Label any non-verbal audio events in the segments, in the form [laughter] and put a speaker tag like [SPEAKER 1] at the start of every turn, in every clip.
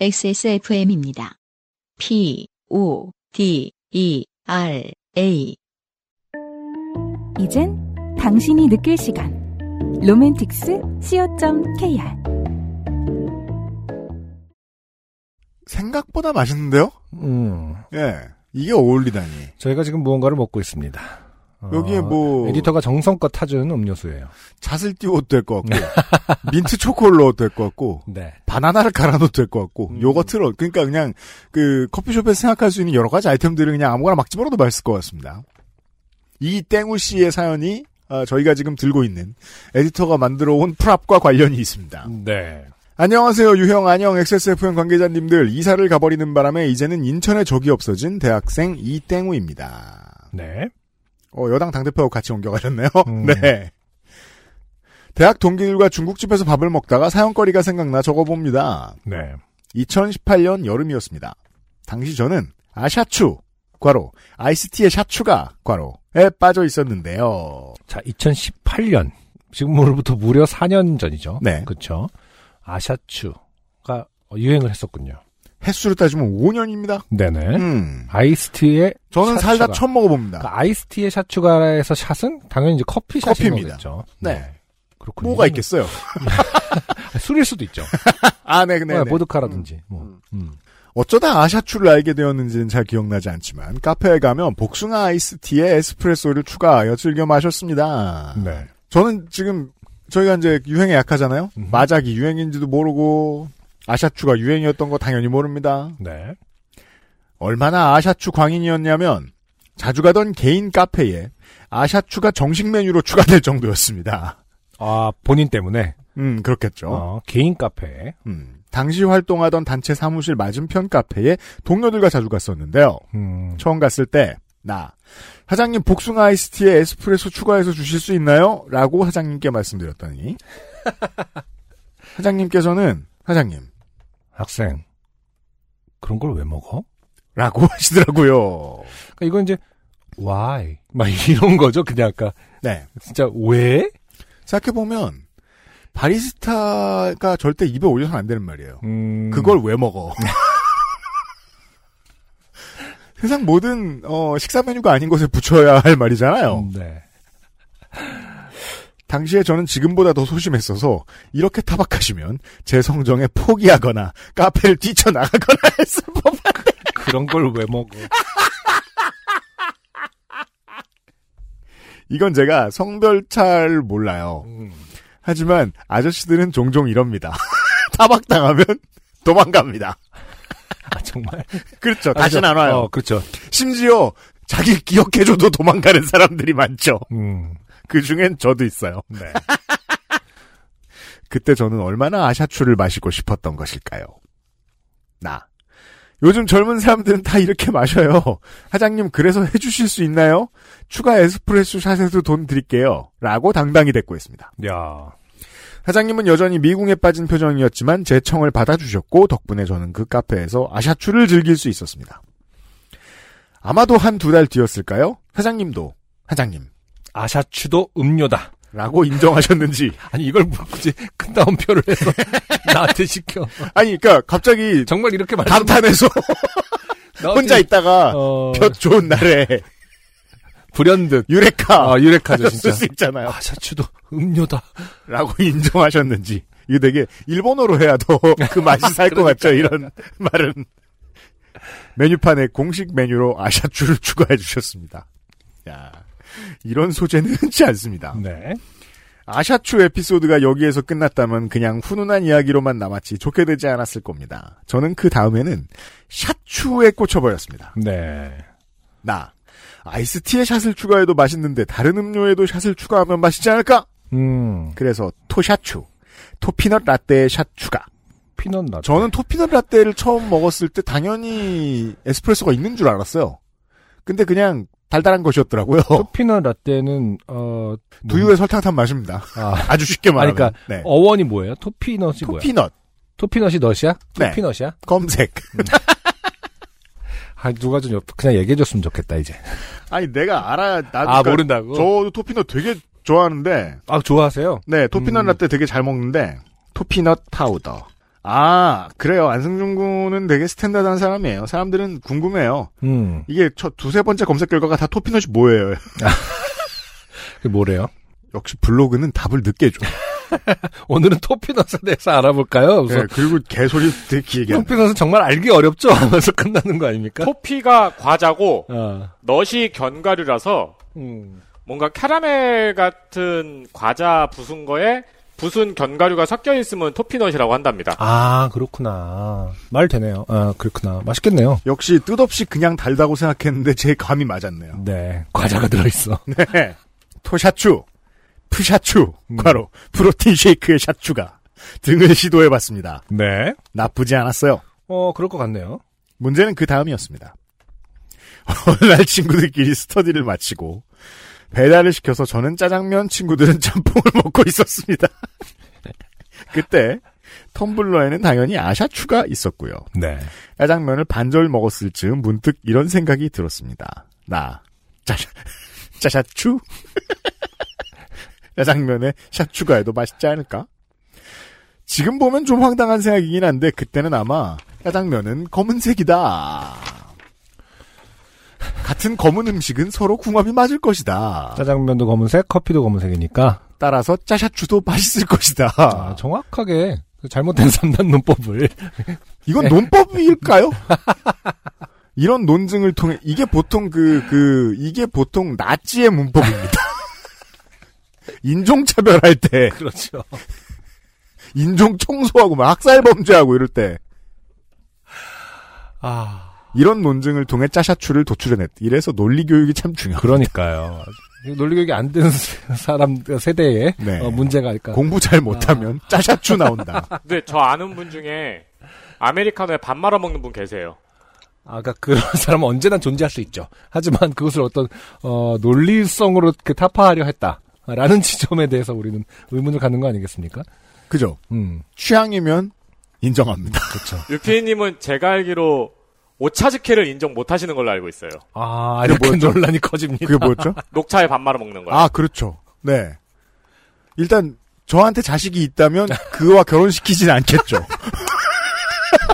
[SPEAKER 1] XSFM입니다. P, O, D, E, R, A.
[SPEAKER 2] 이젠 당신이 느낄 시간. 로맨틱스 co.kr
[SPEAKER 3] 생각보다 맛있는데요?
[SPEAKER 4] 음,
[SPEAKER 3] 예. 이게 어울리다니.
[SPEAKER 4] 저희가 지금 무언가를 먹고 있습니다. 어,
[SPEAKER 3] 여기에 뭐-
[SPEAKER 4] 에디터가 정성껏 타준 음료수예요.
[SPEAKER 3] 잣을 띄워도 될 것 같고, 민트 초코를 넣어도 될 것 같고,
[SPEAKER 4] 네.
[SPEAKER 3] 바나나를 갈아도 될 것 같고,
[SPEAKER 4] 음.
[SPEAKER 3] 요거트를, 넣- 그러니까 그냥 그 커피숍에서 생각할 수 있는 여러 가지 아이템들을 그냥 아무거나 막 집어넣어도 맛있을 것 같습니다. 이 땡우 씨의 사연이 아, 저희가 지금 들고 있는 에디터가 만들어 온 프랍과 관련이 있습니다.
[SPEAKER 4] 네.
[SPEAKER 3] 안녕하세요 유형 안녕 XSFM 관계자님들 이사를 가버리는 바람에 이제는 인천에 적이 없어진 대학생 이땡우입니다.
[SPEAKER 4] 네.
[SPEAKER 3] 어, 여당 당대표하고 같이 옮겨가셨네요. [laughs]
[SPEAKER 4] 음.
[SPEAKER 3] 네. 대학 동기들과 중국집에서 밥을 먹다가 사연거리가 생각나 적어봅니다.
[SPEAKER 4] 네.
[SPEAKER 3] 2018년 여름이었습니다. 당시 저는 아샤추, 과로, 아이스티의 샤추가, 과로에 빠져 있었는데요.
[SPEAKER 4] 자, 2018년. 지금으로부터 무려 4년 전이죠.
[SPEAKER 3] 네.
[SPEAKER 4] 그쵸. 아샤추가 유행을 했었군요.
[SPEAKER 3] 횟수로 따지면 5년입니다.
[SPEAKER 4] 네네.
[SPEAKER 3] 음.
[SPEAKER 4] 아이스티의
[SPEAKER 3] 저는
[SPEAKER 4] 샷
[SPEAKER 3] 살다
[SPEAKER 4] 추가.
[SPEAKER 3] 처음 먹어봅니다.
[SPEAKER 4] 그러니까 아이스티의 샷추가라에서 샷은 당연히 이제 커피 샷인
[SPEAKER 3] 커피입니다.
[SPEAKER 4] 거겠죠.
[SPEAKER 3] 네.
[SPEAKER 4] 그렇군요.
[SPEAKER 3] 뭐가 있겠어요?
[SPEAKER 4] 아, 술일 수도 있죠.
[SPEAKER 3] 아, [laughs] 네, 네,
[SPEAKER 4] 네,
[SPEAKER 3] 네.
[SPEAKER 4] 보드카라든지. 뭐. 음.
[SPEAKER 3] 어쩌다 아샤추를 알게 되었는지는 잘 기억나지 않지만 카페에 가면 복숭아 아이스티에 에스프레소를 추가하여 즐겨 마셨습니다.
[SPEAKER 4] 네.
[SPEAKER 3] 저는 지금 저희가 이제 유행에 약하잖아요.
[SPEAKER 4] 음.
[SPEAKER 3] 마작이 유행인지도 모르고 아샤추가 유행이었던 거 당연히 모릅니다.
[SPEAKER 4] 네.
[SPEAKER 3] 얼마나 아샤추 광인이었냐면 자주 가던 개인 카페에 아샤추가 정식 메뉴로 추가될 정도였습니다.
[SPEAKER 4] 아, 본인 때문에.
[SPEAKER 3] 음 그렇겠죠.
[SPEAKER 4] 어, 개인 카페에.
[SPEAKER 3] 음, 당시 활동하던 단체 사무실 맞은편 카페에 동료들과 자주 갔었는데요.
[SPEAKER 4] 음.
[SPEAKER 3] 처음 갔을 때, 나, 사장님 복숭아 아이스티에 에스프레소 추가해서 주실 수 있나요? 라고 사장님께 말씀드렸더니, 사장님께서는, 사장님,
[SPEAKER 4] 학생. 그런 걸 왜 먹어?
[SPEAKER 3] 라고 [laughs] 하시더라고요.
[SPEAKER 4] 그러니까 이건 이제 why 막 이런 거죠. 그냥 아까
[SPEAKER 3] 네.
[SPEAKER 4] 진짜 왜?
[SPEAKER 3] 생각해보면, 바리스타가 절대 입에 올려서는 안 되는 말이에요.
[SPEAKER 4] 음,
[SPEAKER 3] 그걸 왜 먹어? 세상 모든, 어, 식사 메뉴가 아닌 것에 붙여야 할 말이잖아요.
[SPEAKER 4] 음, 네.
[SPEAKER 3] 당시에 저는 지금보다 더 소심했어서 이렇게 타박하시면 제 성정에 포기하거나 카페를 뛰쳐나가거나 [laughs] 했을 법.
[SPEAKER 4] 그런 걸 왜
[SPEAKER 3] [laughs]
[SPEAKER 4] 먹어?
[SPEAKER 3] 이건 제가 성별 잘 몰라요.
[SPEAKER 4] 음,
[SPEAKER 3] 하지만 아저씨들은 종종 이럽니다. [laughs] 타박당하면 도망갑니다.
[SPEAKER 4] 아 정말.
[SPEAKER 3] 그렇죠.
[SPEAKER 4] 아,
[SPEAKER 3] 다시
[SPEAKER 4] 그렇죠.
[SPEAKER 3] 안 와요.
[SPEAKER 4] 어, 그렇죠.
[SPEAKER 3] 심지어 자기 기억해줘도 도망가는 사람들이 많죠.
[SPEAKER 4] 음.
[SPEAKER 3] 그 중엔 저도 있어요.
[SPEAKER 4] 네.
[SPEAKER 3] 그때 저는 얼마나 아샤추를 마시고 싶었던 것일까요? 나. 요즘 젊은 사람들은 다 이렇게 마셔요. 사장님, 그래서 해주실 수 있나요? 추가 에스프레소 샷에도 돈 드릴게요. 라고 당당히 대꾸했습니다.
[SPEAKER 4] 야.
[SPEAKER 3] 사장님은 여전히 미궁에 빠진 표정이었지만 제 청을 받아주셨고 덕분에 저는 그 카페에서 아샤추를 즐길 수 있었습니다. 아마도 한 두 달 뒤였을까요? 사장님도, 사장님,
[SPEAKER 4] 아샤추도 음료다.
[SPEAKER 3] 라고 인정하셨는지.
[SPEAKER 4] 아니 이걸 뭐 굳이 큰 다운표를
[SPEAKER 3] [laughs]
[SPEAKER 4] 해서 나한테 시켜.
[SPEAKER 3] 아니, 그니까 갑자기
[SPEAKER 4] 정말 이렇게 말해.
[SPEAKER 3] 감탄해서 [laughs] 혼자 있다가
[SPEAKER 4] 어,
[SPEAKER 3] 볕 좋은 날에
[SPEAKER 4] 불현듯.
[SPEAKER 3] 유레카
[SPEAKER 4] 아 유레카죠
[SPEAKER 3] [laughs] 쓸
[SPEAKER 4] 진짜.
[SPEAKER 3] 수 있잖아요.
[SPEAKER 4] 아샤추도 음료다.
[SPEAKER 3] 라고 [laughs] 인정하셨는지 이게 되게 일본어로 해야
[SPEAKER 4] [laughs]
[SPEAKER 3] 더 그 맛이 살 것 같죠 이런 [laughs] 말은 메뉴판에 공식 메뉴로 아샤추를 [laughs] 추가해 주셨습니다. 야 이런 소재는 흔치 않습니다.
[SPEAKER 4] 네.
[SPEAKER 3] 아샤추 에피소드가 여기에서 끝났다면 그냥 훈훈한 이야기로만 남았지 좋게 되지 않았을 겁니다. 저는 그 다음에는 샤추에 꽂혀버렸습니다.
[SPEAKER 4] 네.
[SPEAKER 3] 나 아이스티에 샷을 추가해도 맛있는데 다른 음료에도 샷을 추가하면 맛있지 않을까?
[SPEAKER 4] 음.
[SPEAKER 3] 그래서 토샤추, 토피넛 라떼의 샷 추가.
[SPEAKER 4] 피넛 나.
[SPEAKER 3] 저는 토피넛 라떼를 처음 먹었을 때 당연히 에스프레소가 있는 줄 알았어요. 근데 그냥 달달한 것이었더라고요.
[SPEAKER 4] 토피넛 라떼는 어
[SPEAKER 3] 두유에 설탕탄 맛입니다.
[SPEAKER 4] 아.
[SPEAKER 3] 아주 쉽게 말하면.
[SPEAKER 4] 아니, [laughs] 그러니까
[SPEAKER 3] 네.
[SPEAKER 4] 어원이 뭐예요? 토피넛이 뭐야?
[SPEAKER 3] 토피넛
[SPEAKER 4] 토피넛이 넛이야?
[SPEAKER 3] 네.
[SPEAKER 4] 토피넛이야? 음.
[SPEAKER 3] 검색.
[SPEAKER 4] 아, 누가 좀 옆- 그냥 얘기해줬으면 좋겠다 이제.
[SPEAKER 3] [laughs] 아니 내가 알아야 나
[SPEAKER 4] 아
[SPEAKER 3] 그러니까
[SPEAKER 4] 모른다고?
[SPEAKER 3] 저도 토피넛 되게 좋아하는데
[SPEAKER 4] 아 좋아하세요?
[SPEAKER 3] 네 토피넛
[SPEAKER 4] 음.
[SPEAKER 3] 라떼 되게 잘 먹는데 토피넛 파우더 아, 그래요. 안승준 군은 되게 스탠다드한 사람이에요. 사람들은 궁금해요.
[SPEAKER 4] 음,
[SPEAKER 3] 이게 첫 두세 번째 검색 결과가 다 토피넛이 뭐예요? [laughs]
[SPEAKER 4] 그게 뭐래요?
[SPEAKER 3] 역시 블로그는 답을 늦게 줘.
[SPEAKER 4] 오늘은 토피넛에 대해서 알아볼까요?
[SPEAKER 3] 네,
[SPEAKER 4] 그래서
[SPEAKER 3] 그리고 개소리 되게 길게 하네.
[SPEAKER 4] 토피넛은 정말 알기 어렵죠? [laughs] 하면서 끝나는 거 아닙니까?
[SPEAKER 5] 토피가 과자고
[SPEAKER 4] 아,
[SPEAKER 5] 넛이 견과류라서
[SPEAKER 4] 음,
[SPEAKER 5] 뭔가 캐러멜 같은 과자 부순 거에 부순 견과류가 섞여 있으면 토피넛이라고 한답니다.
[SPEAKER 4] 아, 그렇구나. 말 되네요. 아, 그렇구나. 맛있겠네요.
[SPEAKER 3] 역시 뜻없이 그냥 달다고 생각했는데 제 감이 맞았네요.
[SPEAKER 4] 네, 과자가 들어있어.
[SPEAKER 3] 네. 토샤추, 푸샤추,
[SPEAKER 4] 음.
[SPEAKER 3] 과로, 프로틴 쉐이크의 샤추가 등을 시도해봤습니다.
[SPEAKER 4] 네.
[SPEAKER 3] 나쁘지 않았어요.
[SPEAKER 4] 어, 그럴 것 같네요.
[SPEAKER 3] 문제는 그 다음이었습니다. [laughs] 어느 날 친구들끼리 스터디를 마치고 배달을 시켜서 저는 짜장면, 친구들은 [laughs] 짬뽕을 먹고 있었습니다. [laughs] 그때 텀블러에는 당연히 아샤추가 있었고요.
[SPEAKER 4] 네.
[SPEAKER 3] 짜장면을 반절 먹었을 즈음 문득 이런 생각이 들었습니다. 나 [laughs] 짜샤 짜샤추 [laughs] 짜장면에 샷 추가해도 맛있지 않을까? 지금 보면 좀 황당한 생각이긴 한데 그때는 아마 짜장면은 검은색이다. 같은 검은 음식은 서로 궁합이 맞을 것이다.
[SPEAKER 4] 아. 짜장면도 검은색, 커피도 검은색이니까.
[SPEAKER 3] 따라서 짜샤추도 맛있을 것이다.
[SPEAKER 4] 아, 정확하게 그 잘못된 [laughs] 산단 논법을.
[SPEAKER 3] 이건 논법일까요? 이런 논증을 통해 이게 보통 그 그 이게 보통 나치의 문법입니다. [laughs] 인종 차별할 때,
[SPEAKER 4] 그렇죠.
[SPEAKER 3] 인종 청소하고 막 학살 범죄하고 이럴 때
[SPEAKER 4] 아,
[SPEAKER 3] 이런 논증을 통해 짜샤추를 도출해냈. 이래서 논리 교육이 참 중요.
[SPEAKER 4] 그러니까요. 논리교육이 안 되는 사람 세대에
[SPEAKER 3] 네.
[SPEAKER 4] 어, 문제가 일까.
[SPEAKER 3] 공부 잘 못하면 짜샤추 나온다.
[SPEAKER 5] 근데 저 아는 분 중에 아메리카노에 밥 말아 먹는 분 계세요.
[SPEAKER 4] 아까 그러니까 그런 [laughs] 사람은 언제나 존재할 수 있죠. 하지만 그것을 어떤 어, 논리성으로 그 타파하려 했다라는 [laughs] 지점에 대해서 우리는 의문을 갖는 거 아니겠습니까?
[SPEAKER 3] 그죠?
[SPEAKER 4] 음,
[SPEAKER 3] 취향이면 인정합니다.
[SPEAKER 4] 그렇죠.
[SPEAKER 5] 유피님은 제가 알기로 오차즈케를 인정 못 하시는 걸로 알고 있어요.
[SPEAKER 4] 아, 이렇게 논란이 커집니다.
[SPEAKER 3] 그게 뭐였죠?
[SPEAKER 5] 녹차에 밥 말아 먹는 거예요.
[SPEAKER 3] 아 그렇죠. 네. 일단 저한테 자식이 있다면 그와 결혼시키진 않겠죠.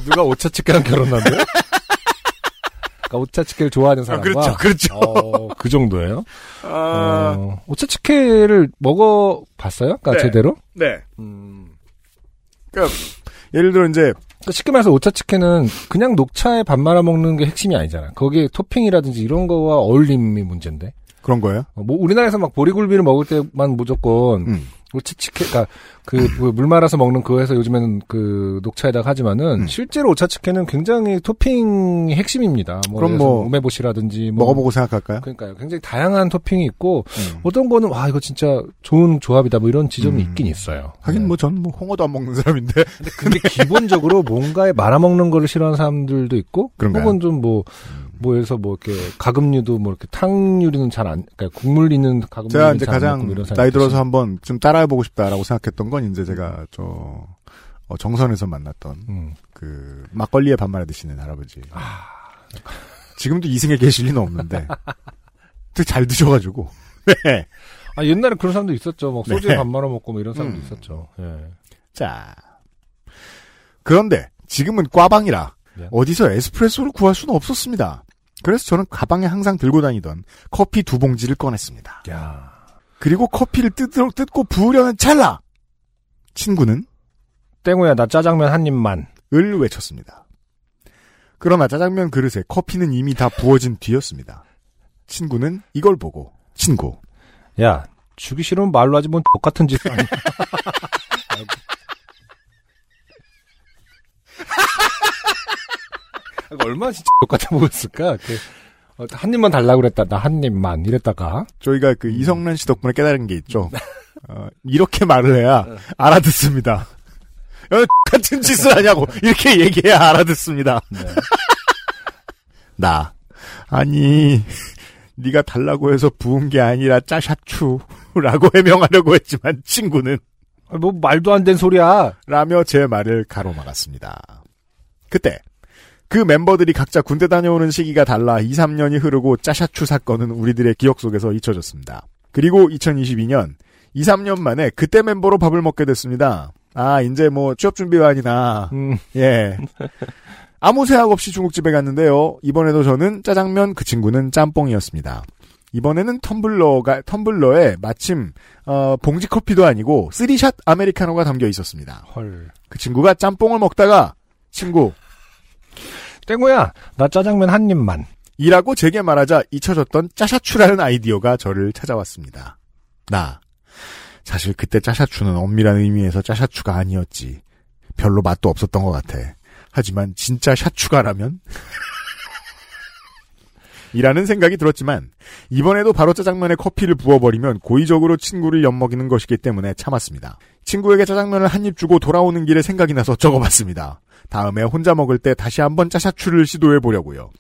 [SPEAKER 4] 누가 오차치케랑 결혼한대? 그러니까 오차치케를 좋아하는 사람과
[SPEAKER 3] 그렇죠, 그렇죠.
[SPEAKER 4] [laughs] 어, 그 정도예요. 어, 오차치케를 먹어 봤어요? 그러니까
[SPEAKER 3] 아. 네.
[SPEAKER 4] 제대로?
[SPEAKER 3] 네.
[SPEAKER 4] 음.
[SPEAKER 3] 예를 들어 이제
[SPEAKER 4] 그러니까 쉽게 말해서 오차치케는 그냥 녹차에 밥 말아 먹는 게 핵심이 아니잖아. 거기에 토핑이라든지 이런 거와 어울림이 문제인데.
[SPEAKER 3] 그런 거예요.
[SPEAKER 4] 어, 뭐 우리나라에서 막 보리굴비를 먹을 때만 무조건
[SPEAKER 3] 음.
[SPEAKER 4] 오차치케 그러니까 그 물 말아서 먹는 그거에서 요즘에는 그 녹차에다가 하지만은
[SPEAKER 3] 음.
[SPEAKER 4] 실제로 오차치케는 굉장히 토핑 이 핵심입니다. 뭐
[SPEAKER 3] 그럼
[SPEAKER 4] 예를 들어서
[SPEAKER 3] 뭐
[SPEAKER 4] 우메보시라든지 뭐
[SPEAKER 3] 먹어보고 생각할까요?
[SPEAKER 4] 그러니까요. 굉장히 다양한 토핑이 있고
[SPEAKER 3] 음.
[SPEAKER 4] 어떤 거는 와 이거 진짜 좋은 조합이다 뭐 이런 지점이
[SPEAKER 3] 음.
[SPEAKER 4] 있긴 있어요.
[SPEAKER 3] 하긴
[SPEAKER 4] 네.
[SPEAKER 3] 뭐 저는 뭐 홍어도 안 먹는 사람인데
[SPEAKER 4] [laughs] 근데 기본적으로 뭔가에 말아먹는 거를 싫어하는 사람들도 있고
[SPEAKER 3] 그런가요?
[SPEAKER 4] 혹은 좀뭐 뭐에서 뭐 이렇게 가금류도 뭐 이렇게 탕류는 잘안 그러니까 국물 있는 가금류는
[SPEAKER 3] 제가 이제
[SPEAKER 4] 잘안
[SPEAKER 3] 가장
[SPEAKER 4] 먹고 뭐 이런 사람들
[SPEAKER 3] 나이 들어서 한번 좀 따라해보고 싶다라고 생각했던 건 이제 제가 저 어, 정선에서 만났던
[SPEAKER 4] 음.
[SPEAKER 3] 그 막걸리에 반말해 드시는 할아버지. 지금도 이승에 계실 리는 [laughs] 없는데 되게 잘 드셔가지고. 네.
[SPEAKER 4] 아 옛날에 그런 사람도 있었죠. 막 소주에
[SPEAKER 3] 네.
[SPEAKER 4] 밥 말아 먹고 뭐 이런 사람도
[SPEAKER 3] 음.
[SPEAKER 4] 있었죠. 예.
[SPEAKER 3] 자 그런데 지금은 꽈방이라
[SPEAKER 4] 네.
[SPEAKER 3] 어디서 에스프레소를 구할 수는 없었습니다. 그래서 저는 가방에 항상 들고 다니던 커피 두 봉지를 꺼냈습니다.
[SPEAKER 4] 야
[SPEAKER 3] 그리고 커피를 뜯도록 뜯고 부으려는 찰나 친구는
[SPEAKER 4] 땡우야 나 짜장면 한 입만.
[SPEAKER 3] 을 외쳤습니다. 그러나 짜장면 그릇에 커피는 이미 다 부어진 뒤였습니다. 친구는 이걸 보고 친구
[SPEAKER 4] 야 주기 싫으면 말로 하지 뭔 똑같은 짓 아니야. 아이고. 아이고, 얼마나 진짜 똑같아 보였을까? 그, 어, 한 입만 달라고 그랬다. 나 한 입만 이랬다가
[SPEAKER 3] 저희가 그 이성란 씨 덕분에 깨달은 게 있죠. 어, 이렇게 말을 해야 알아듣습니다. 여 같은 짓을 하냐고 이렇게 얘기해야 알아듣습니다.
[SPEAKER 4] 네.
[SPEAKER 3] 나 아니 네가 달라고 해서 부은 게 아니라 짜샤추라고 해명하려고 했지만 친구는
[SPEAKER 4] 아, 뭐 말도 안 되는 소리야.
[SPEAKER 3] 라며 제 말을 가로막았습니다. 그때 그 멤버들이 각자 군대 다녀오는 시기가 달라 2, 3년이 흐르고 짜샤추 사건은 우리들의 기억 속에서 잊혀졌습니다. 그리고 2022년 2, 3년 만에 그때 멤버로 밥을 먹게 됐습니다. 아, 이제 뭐 취업 준비반이나
[SPEAKER 4] 음,
[SPEAKER 3] 예. 아무 생각 없이 중국집에 갔는데요. 이번에도 저는 짜장면, 그 친구는 짬뽕이었습니다. 이번에는 텀블러가 텀블러에 마침 어, 봉지 커피도 아니고 쓰리샷 아메리카노가 담겨 있었습니다.
[SPEAKER 4] 헐.
[SPEAKER 3] 그 친구가 짬뽕을 먹다가 친구
[SPEAKER 4] 땡고야, 나 짜장면 한 입만.
[SPEAKER 3] 이라고 제게 말하자 잊혀졌던 짜샤추라는 아이디어가 저를 찾아왔습니다. 나. 사실 그때 짜샤추는 엄밀한 의미에서 짜샤추가 아니었지. 별로 맛도 없었던 것 같아. 하지만 진짜 샤추가라면? [laughs] 이라는 생각이 들었지만 이번에도 바로 짜장면에 커피를 부어버리면 고의적으로 친구를 엿먹이는 것이기 때문에 참았습니다. 친구에게 짜장면을 한 입 주고 돌아오는 길에 생각이 나서 적어봤습니다. 다음에 혼자 먹을 때 다시 한번 짜샤추를 시도해보려고요.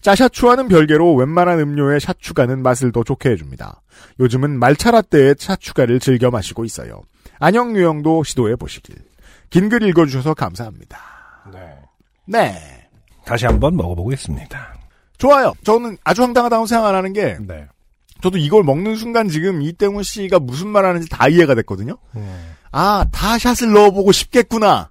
[SPEAKER 3] 짜샤추와는 별개로 웬만한 음료의 샤추가는 맛을 더 좋게 해줍니다. 요즘은 말차라떼의 샤추가를 즐겨 마시고 있어요. 안녕 유형도 시도해 보시길. 긴 글 읽어주셔서 감사합니다.
[SPEAKER 4] 네.
[SPEAKER 3] 네.
[SPEAKER 4] 다시 한번 먹어보겠습니다.
[SPEAKER 3] 좋아요. 저는 아주 황당하다고 생각 안 하는 게,
[SPEAKER 4] 네.
[SPEAKER 3] 저도 이걸 먹는 순간 지금 이땡훈 씨가 무슨 말 하는지 다 이해가 됐거든요?
[SPEAKER 4] 음.
[SPEAKER 3] 아, 다 샷을 넣어보고 싶겠구나.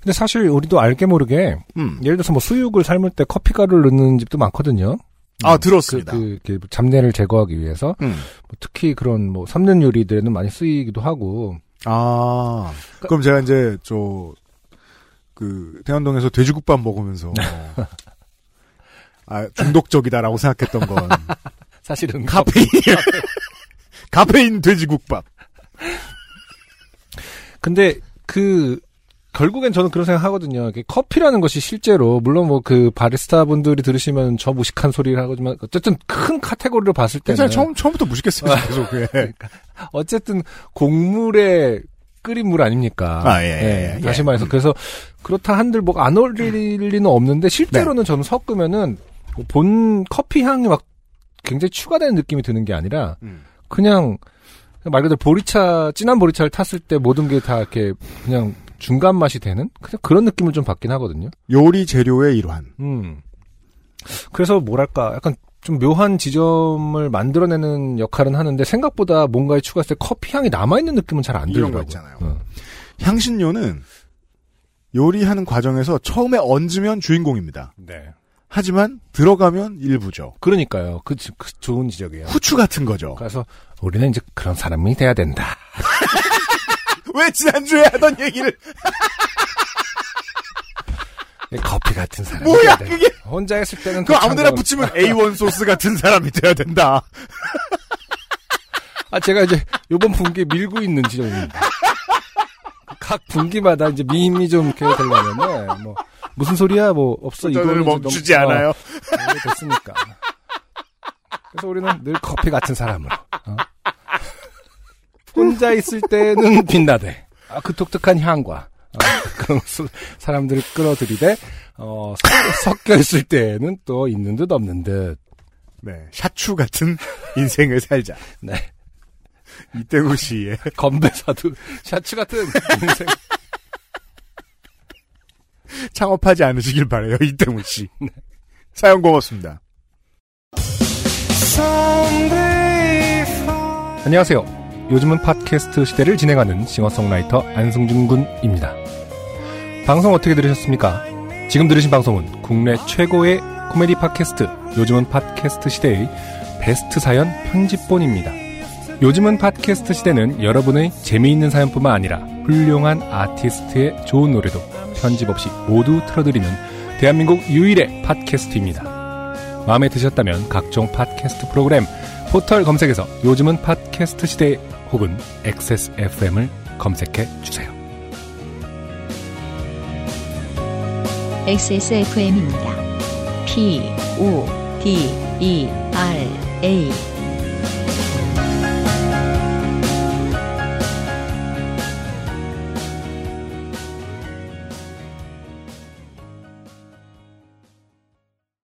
[SPEAKER 4] 근데 사실 우리도 알게 모르게
[SPEAKER 3] 음.
[SPEAKER 4] 예를 들어서 뭐 수육을 삶을 때 커피 가루를 넣는 집도 많거든요.
[SPEAKER 3] 아,
[SPEAKER 4] 그,
[SPEAKER 3] 들었습니다.
[SPEAKER 4] 그, 그 잡내를 제거하기 위해서
[SPEAKER 3] 음.
[SPEAKER 4] 뭐 특히 그런 뭐 삶는 요리들에는 많이 쓰이기도 하고
[SPEAKER 3] 아, 그럼 제가 이제 저, 그, 태안동에서 돼지국밥 먹으면서, 아, 중독적이다라고 생각했던 건,
[SPEAKER 4] 사실은
[SPEAKER 3] [laughs] 카페인, [laughs] 카페인 돼지국밥.
[SPEAKER 4] 근데 그 결국엔 저는 그런 생각하거든요. 이게 커피라는 것이 실제로 물론 뭐 그 바리스타 분들이 들으시면 저 무식한 소리를 하지만 어쨌든 큰 카테고리로 봤을 때는
[SPEAKER 3] 괜찮아요. 처음, 처음부터 [laughs] 무식했어요, 계속. 예.
[SPEAKER 4] 어쨌든 곡물에 끓인 물 아닙니까?
[SPEAKER 3] 아, 예, 예, 예.
[SPEAKER 4] 다시 말해서 그래서 그렇다 한들 뭐 안 어울릴 리는
[SPEAKER 3] 네.
[SPEAKER 4] 없는데 실제로는 저는 섞으면은 본 커피 향이 막 굉장히 추가되는 느낌이 드는 게 아니라
[SPEAKER 3] 음.
[SPEAKER 4] 그냥 말 그대로 보리차 진한 보리차를 탔을 때 모든 게 다 이렇게 그냥 중간 맛이 되는 그냥 그런 느낌을 좀 받긴 하거든요.
[SPEAKER 3] 요리 재료의 일환.
[SPEAKER 4] 음. 그래서 뭐랄까 약간 좀 묘한 지점을 만들어내는 역할은 하는데 생각보다 뭔가에 추가했을 때 커피 향이 남아있는 느낌은 잘 안
[SPEAKER 3] 이런
[SPEAKER 4] 들더라고요.
[SPEAKER 3] 거
[SPEAKER 4] 어.
[SPEAKER 3] 있잖아요. 향신료는 요리하는 과정에서 처음에 얹으면 주인공입니다.
[SPEAKER 4] 네.
[SPEAKER 3] 하지만 들어가면 일부죠.
[SPEAKER 4] 그러니까요. 그, 지- 그 좋은 지적이에요.
[SPEAKER 3] 후추 같은 거죠.
[SPEAKER 4] 그래서 우리는 이제 그런 사람이 돼야 된다.
[SPEAKER 3] 왜 지난주에 하던 얘기를,
[SPEAKER 4] 커피 같은 사람.
[SPEAKER 3] 뭐야, 그게!
[SPEAKER 4] 혼자 했을 때는
[SPEAKER 3] 그거 아무 데나
[SPEAKER 4] 참-
[SPEAKER 3] 붙이면 A1 소스 같은 사람이 돼야
[SPEAKER 4] [laughs]
[SPEAKER 3] 된다.
[SPEAKER 4] 아 제가 이제 요번 분기에 밀고 있는 지점입니다. 각 분기마다 이제 미임이 좀 이렇게 되려면 뭐 무슨 소리야 뭐 없어 이거는
[SPEAKER 3] 저는
[SPEAKER 4] 이제
[SPEAKER 3] 멈추지
[SPEAKER 4] 너무- 어,
[SPEAKER 3] 않아요.
[SPEAKER 4] 이렇게 됐으니까. 그래서 우리는 늘 커피 같은 사람으로. 어? 혼자 있을 때는 빛나대. 아, 그 독특한 향과. 어, 그런 수- 사람들을 끌어들이되, 어, 섞- 섞여 있을 때는 또 있는 듯 없는 듯.
[SPEAKER 3] 네, 샤추 같은 [laughs] 인생을 살자.
[SPEAKER 4] 네.
[SPEAKER 3] 이때구 씨의
[SPEAKER 4] 건배사도 샤츠 같은 인생.
[SPEAKER 3] 창업하지 않으시길 바래요. 이때구
[SPEAKER 4] [laughs]
[SPEAKER 3] 씨.
[SPEAKER 4] 네.
[SPEAKER 3] 사연 고맙습니다.
[SPEAKER 4] 안녕하세요. 요즘은 팟캐스트 시대를 진행하는 싱어송라이터 안승준 군입니다. 방송 어떻게 들으셨습니까? 지금 들으신 방송은 국내 최고의 코미디 팟캐스트 요즘은 팟캐스트 시대의 베스트 사연 편집본입니다. 요즘은 팟캐스트 시대는 여러분의 재미있는 사연뿐만 아니라 훌륭한 아티스트의 좋은 노래도 편집 없이 모두 틀어드리는 대한민국 유일의 팟캐스트입니다. 마음에 드셨다면 각종 팟캐스트 프로그램 포털 검색에서 요즘은 팟캐스트 시대 혹은 XSFM을 검색해 주세요.
[SPEAKER 1] XSFM입니다. P, O, D, E, R, A.